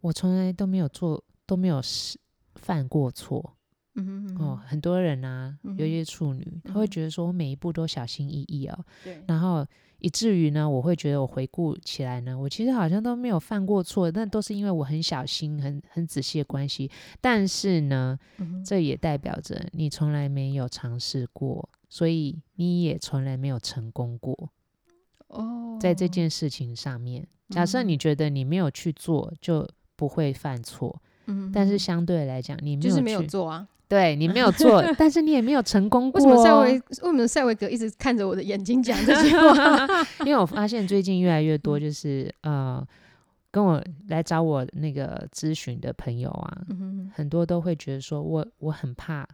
S1: 我从来都没有做，都没有是犯过错。
S2: 嗯哼嗯
S1: 哦
S2: 哼，，
S1: 很多人啊，尤其是
S2: 嗯
S1: 处女，她会
S2: 嗯
S1: 觉得说我每一步都小心翼翼哦，
S2: 对，
S1: 然后以至于呢，我会觉得我回顾起来呢，我其实好像都没有犯过错，那都是因为我很小心、很很仔细的关系。但是呢，
S2: 嗯哼
S1: 这也代表着你从来没有尝试过，所以你也从来没有成功过
S2: 哦，嗯
S1: 在这件事情上面。假设你觉得你没有去做，就不会犯错，
S2: 嗯哼，
S1: 但是
S2: 嗯
S1: 相对来讲，你
S2: 哼
S1: 没有
S2: 就是没有
S1: 去
S2: 做啊。
S1: 对你没有做，但是你也没有成功
S2: 为
S1: 过、
S2: 什么塞
S1: 哦。
S2: 维为什么塞维格一直看着我的眼睛讲 这句话？
S1: 因为我发现最近越来越
S2: 嗯
S1: 多，就是呃，跟我来找我那个咨询的朋友啊，
S2: 嗯哼
S1: 很多都会觉得说我我很怕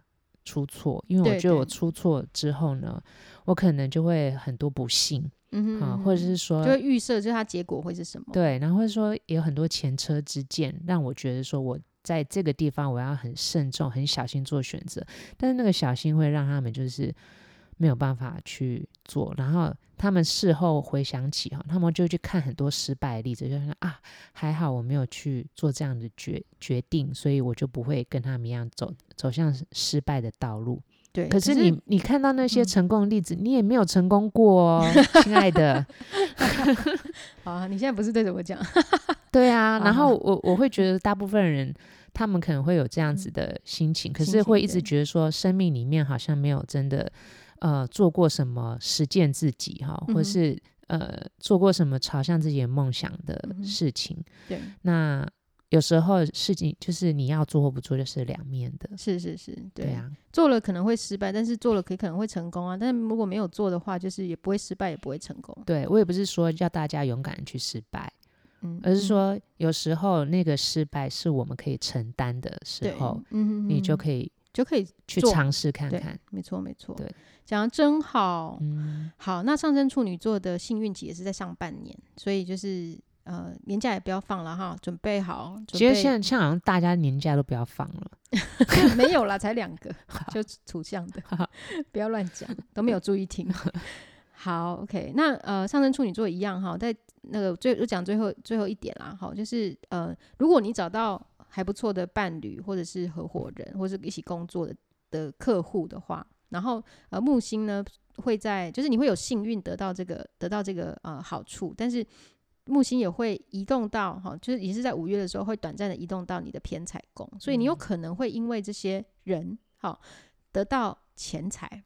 S1: 出错，因为我
S2: 对
S1: 觉得
S2: 对
S1: 我出错之后呢，我可能就会很多不幸
S2: 嗯哼，
S1: 啊，
S2: 嗯
S1: 或者
S2: 哼
S1: 是说
S2: 就会预设，就是它结果会是什么？
S1: 对，然后或者说也有很多前车之鉴，让我觉得说我。在这个地方，我要很慎重、很小心做选择，但是那个小心会让他们就是没有办法去做，然后他们事后回想起哈，他们就会去看很多失败的例子，就想啊，还好我没有去做这样的决决定，所以我就不会跟他们一样走走向失败的道路。
S2: 对，
S1: 可是你你看到那些
S2: 嗯
S1: 成功的例子，你也没有成功过 哦，亲爱的。
S2: 好啊，你现在不是对着我讲，
S1: 对啊，
S2: 啊
S1: 然后我我会觉得大部分人他们可能会有这样子的心情，可
S2: 嗯心
S1: 是
S2: 情
S1: 会一直
S2: 对
S1: 觉得说生命里面好像没有真的呃做过什么实践自己哈，
S2: 嗯
S1: 或
S2: 哼
S1: 是呃做过什么朝向自己的梦想的
S2: 嗯哼
S1: 事情。
S2: 对，
S1: 那有时候事情就是你要做或不做，就是两面的。
S2: 是是是，对
S1: 对啊，
S2: 做了可能会失败，但是做了可可能会成功啊。但是如果没有做的话，就是也不会失败，也不会成功。
S1: 对我也不是说叫大家勇敢地去失败，
S2: 嗯，
S1: 而是
S2: 嗯
S1: 说有时候那个失败是我们可以承担的时
S2: 对
S1: 候，，
S2: 嗯
S1: 你就
S2: 以
S1: 可以
S2: 就可以，
S1: 去
S2: 做
S1: 尝试看
S2: 对
S1: 看。
S2: 没错没错，
S1: 对，
S2: 讲的真好。
S1: 嗯，
S2: 好，那上升处女座的幸运期也是在上半年，所以就是呃年假也不要放了哈，准备好。准
S1: 其实
S2: 备
S1: 现在像好像大家年假都不要放了，
S2: 没有啦，才两个，就土象的，不要乱讲，都没有注意听。好，OK，那呃，上升处女座一样哈，在那个最我讲最后最后一点啦，好，就是呃，如果你找到还不错的伴侣或者是合伙人，或是一起工作的的客户的话，然后呃，木星呢会在，就是你会有幸运得到这个得到这个呃好处，但是木星也会移动到哈，就是也是在五月的时候会短暂的移动到你的偏财宫，所以你有
S1: 嗯
S2: 可能会因为这些人好得到钱财，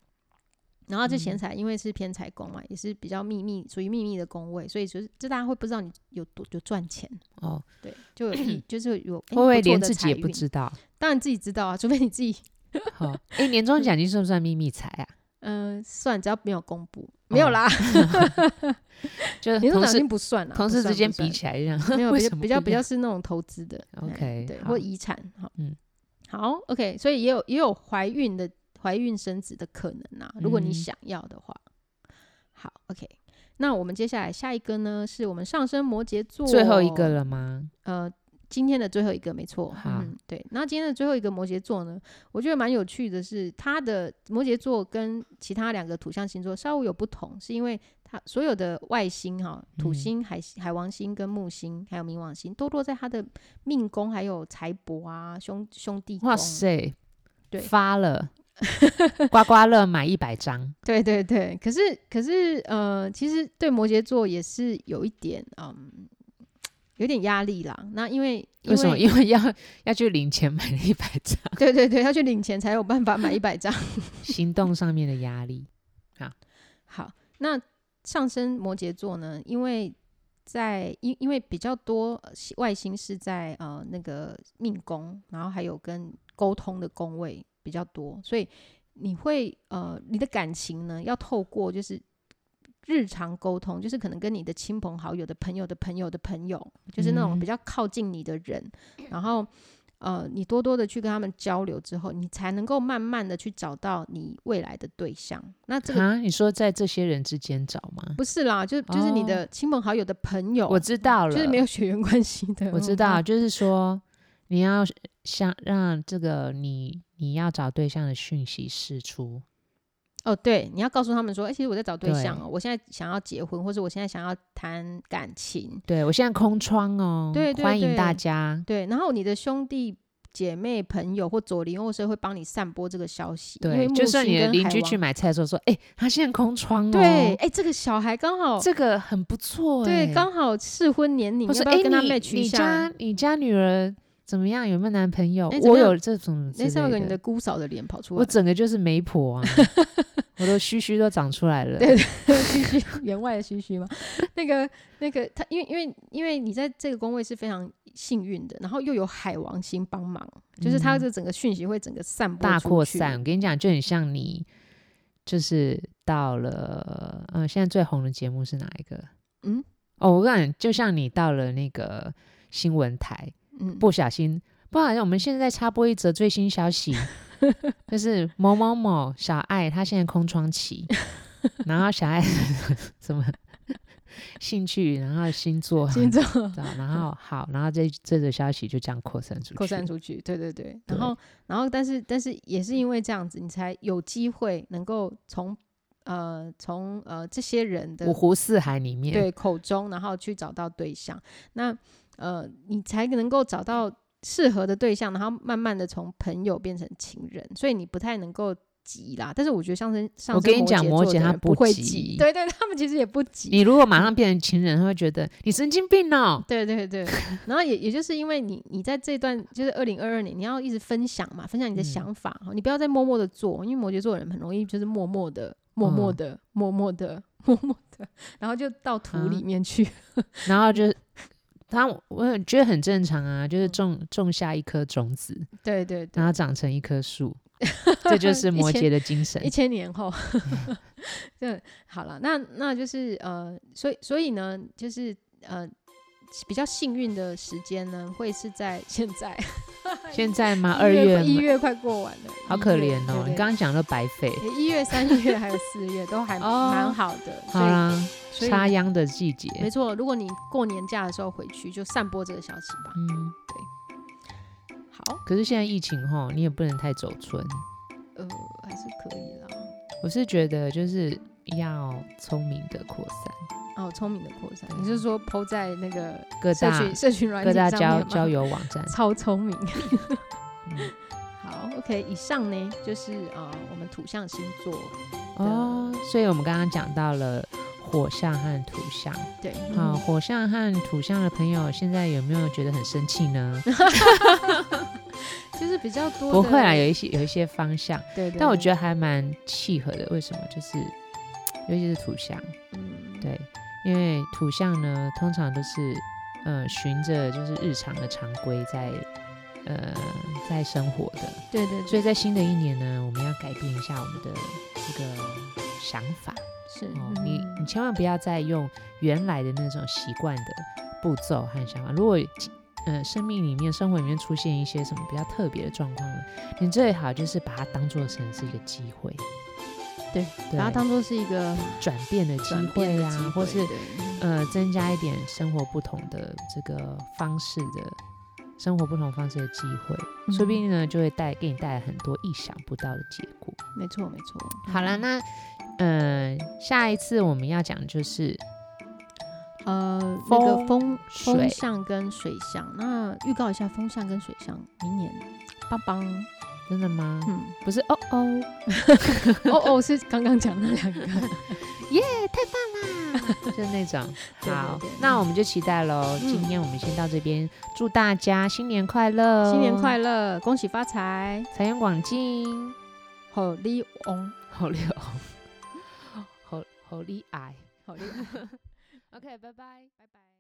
S2: 然后
S1: 嗯
S2: 这钱财因为是偏财宫嘛，也是比较秘密，属于秘密的宫位，所以就是这大家会不知道你有多有赚钱，
S1: 哦，
S2: 对，就有 意就是有
S1: 会
S2: 诶
S1: 不会
S2: 错
S1: 连
S2: 的
S1: 自己也
S2: 财
S1: 不
S2: 运
S1: 知 道？
S2: 当然自己知道啊，除非你自己
S1: 好，哎，年终奖金算不算秘密财啊？
S2: 嗯、呃算，只要没有公布，没有啦，
S1: 就是
S2: 年
S1: 哦同
S2: 终奖
S1: 事
S2: 金不算啦，
S1: 同
S2: 不
S1: 事
S2: 算
S1: 之
S2: 不
S1: 间
S2: 算
S1: 比起来，这样
S2: 没 有，
S1: 为
S2: 比
S1: 什
S2: 较
S1: 么不
S2: 比较
S1: 一
S2: 比较
S1: 样
S2: 是那种投资的哎
S1: OK，
S2: 对，
S1: 好
S2: 或遗产，好，
S1: 嗯
S2: 嗯，好，OK，所以也有也有怀孕的怀孕生子的可能啊，如果你
S1: 嗯
S2: 想要的话，好，OK，那我们接下来下一个呢，是我们上升摩羯座
S1: 最后一个了吗？
S2: 呃，今天的最后一个没错，
S1: 好
S2: 嗯，对。那今天的最后一个摩羯座呢，我觉得蛮有趣的是，它的摩羯座跟其他两个土象星座稍微有不同，是因为它所有的外星哈，土
S1: 嗯
S2: 星、海海王星跟木星还有冥王星都落在它的命宫，还有财帛啊、兄兄弟宫
S1: 哇。塞，
S2: 对
S1: 发 了刮刮乐买一百张，
S2: 对对对，可是可是呃，其实对摩羯座也是有一点嗯。有点压力啦，那因为因
S1: 为什么？
S2: 为
S1: 因为要要去领钱买了一百张，
S2: 对对对，要去领钱才有办法买一百张。
S1: 行动上面的压力。
S2: 好，那上升摩羯座呢？因为在因因为比较多呃西外星是在呃那个命宫，然后还有跟沟通的宫位比较多，所以你会呃你的感情呢要透过就是日常沟通，就是可能跟你的亲朋好友的朋友的朋友的朋友，就是那种
S1: 嗯
S2: 比较靠近你的人，然后呃，你多多的去跟他们交流之后，你才能够慢慢的去找到你未来的对象。那这个
S1: 啊，你说在这些人之间找吗？
S2: 不是啦，就是就是你的亲朋好友的朋友，
S1: 哦我知道了，
S2: 就是没有血缘关系的。嗯
S1: 我知道，就是说你要想让这个你你要找对象的讯息释出，
S2: 哦，对，你要告诉他们说，哎、其实我在找对
S1: 对
S2: 象哦，我现在想要结婚，或者我现在想要谈感情，
S1: 对我现在空窗哦，
S2: 对对
S1: 欢迎
S2: 对
S1: 大家，
S2: 对，然后你的兄弟。姐妹、朋友或左邻右舍会帮你散播这个消息，因为
S1: 对，
S2: 木
S1: 就算
S2: 星
S1: 你的
S2: 跟
S1: 邻
S2: 海
S1: 居
S2: 王
S1: 去买菜的时候说，哎、他现在空窗哦，
S2: 对，哎、，这个小孩刚好
S1: 这个很不错、哎
S2: 对，刚好适婚年龄，
S1: 或
S2: 要
S1: 是
S2: 不
S1: 哎、
S2: 要跟他
S1: 你
S2: match 一
S1: 你
S2: 下
S1: 家？你家女儿怎么样？有没有男朋友？
S2: 哎怎么
S1: 我
S2: 样
S1: 有这种之
S2: 那上面
S1: 类
S2: 有个你
S1: 的
S2: 的，啊姑嫂的脸跑出
S1: 我
S2: 来，
S1: 整个就是媒婆 啊，我的须须都长出来了，
S2: 对须须 员外的须须嘛。那个那个他，因为因为因为你在这个宫位是非常幸运的，然后又有海王星帮忙，就是他
S1: 嗯
S2: 这整个讯息会整个散播
S1: 大
S2: 出
S1: 扩
S2: 去
S1: 散。我跟你讲，就很像你，就是到了，嗯、现在最红的节目是哪一个？
S2: 嗯，
S1: 哦，我跟你讲，就像你到了那个新闻台，
S2: 嗯，
S1: 不小心，不好意思，我们现在插播一则最新消 息，就是某某某小爱她现在空窗期，然后小爱 什么兴趣，然后星座，
S2: 星座
S1: 知道然后好，然后这这则消息就这样扩散出去，
S2: 扩散出去，对对对。
S1: 对
S2: 然后然后但是但是也是因为这样子，你才有机会能够从呃从呃这些人的
S1: 五湖四海里面，
S2: 对口中，然后去找到对象。那呃，你才能够找到适合的对象，然后慢慢的从朋友变成情人，所以你不太能够急啦。但是我觉得上升上升
S1: 我跟你讲摩
S2: 摩
S1: 羯
S2: 羯座的
S1: 他
S2: 人
S1: 不
S2: 不会
S1: 急
S2: 急，对对，他们其实也不急。
S1: 你如果马上变成情人，他会觉得你神经病哦。
S2: 对对对，然后也也就是因为你你在这段就是二零二二年，你要一直分享嘛，分享你的
S1: 嗯
S2: 想法，你不要再默默的做，因为摩羯座的人很容易就是默默的、默默
S1: 嗯
S2: 的、默默的、 默默的，然后就到土
S1: 啊
S2: 里面去。
S1: 然后就是他，我很觉得很正常啊，就是种种下一颗种子，
S2: 嗯对对对
S1: 让，它长成一棵 树，这就是摩羯的精神
S2: 一。千 年后，对，好了，那那就是呃，所以所以呢，就是呃，比较幸运的时间呢，会是在现在，
S1: 现在吗？
S2: 一
S1: 二月
S2: 一
S1: 吗？
S2: 月快过完了，
S1: 好
S2: 一
S1: 可
S2: 月
S1: 怜哦，
S2: 对
S1: 你刚刚讲的白费。
S2: 对一月、三月还有四月都还
S1: 哦
S2: 蛮好的，
S1: 好啦，
S2: 所以
S1: 插秧的季节，
S2: 没错，如果你过年假的时候回去，就散播这个消息吧。
S1: 嗯，
S2: 好，
S1: 可是现在疫情吼，你也不能太走春。
S2: 呃，还是可以啦。
S1: 我是觉得就是要聪明的扩散，
S2: 哦，聪明的扩散，你是说抛在那个
S1: 各
S2: 社
S1: 大
S2: 群社群软
S1: 各
S2: 体上
S1: 大交
S2: 面吗
S1: 交友网站。
S2: 超聪明。
S1: 嗯
S2: 好，OK，以上呢就是呃我们土象星座，
S1: 哦，所以我们刚刚讲到了火象和土象。
S2: 对，
S1: 好，
S2: 嗯，
S1: 火象和土象的朋友，现在有没有觉得很生气呢？
S2: 就是比较多的，
S1: 不会啊啦，有一些有一些方向，
S2: 对对，
S1: 但我觉
S2: 得，
S1: 得还蛮契合的。为什么？就是尤其是土象，
S2: 嗯，
S1: 对，因为土象呢，通常都是呃循着就是日常的常规在呃在生活的，
S2: 对对
S1: 所
S2: 对，
S1: 以在新的一年呢，我们要改变一下我们的这个想法。
S2: 是，
S1: 哦，
S2: 嗯
S1: 你你千万不要再用原来的那种习惯的步骤和想法。如果呃生命里面、生活里面出现一些什么比较特别的状况呢，你最好就是把它当做成是一个机会，
S2: 对，
S1: 对
S2: 把它当做是一个
S1: 转变的机
S2: 转变
S1: 会
S2: 的
S1: 啊，
S2: 机
S1: 或是
S2: 对嗯
S1: 呃增加一点生活不同的这个方式的。生活不同方式的机会，说
S2: 嗯
S1: 不定呢就会带给你带来很多意想不到的结果。
S2: 没错没错。
S1: 好了，
S2: 嗯
S1: 那呃下一次我们要讲就是
S2: 呃，那个风
S1: 水
S2: 风象跟水象，那预告一下风象跟水象，明年，棒棒，
S1: 真的吗？
S2: 嗯，
S1: 不是哦哦，
S2: 哦哦，是刚刚讲那两个，
S1: 就那种。
S2: 嗯 对对
S1: 好，
S2: 对
S1: 那我们就期待喽。
S2: 嗯
S1: 今天我们先到这边，祝大家新年快乐，
S2: 新年快，
S1: 呃
S2: 乐，恭喜发财，
S1: 财源广进，
S2: 好利翁，
S1: 好利 好好利爱。
S2: 好利翁。
S1: OK，拜拜，拜拜。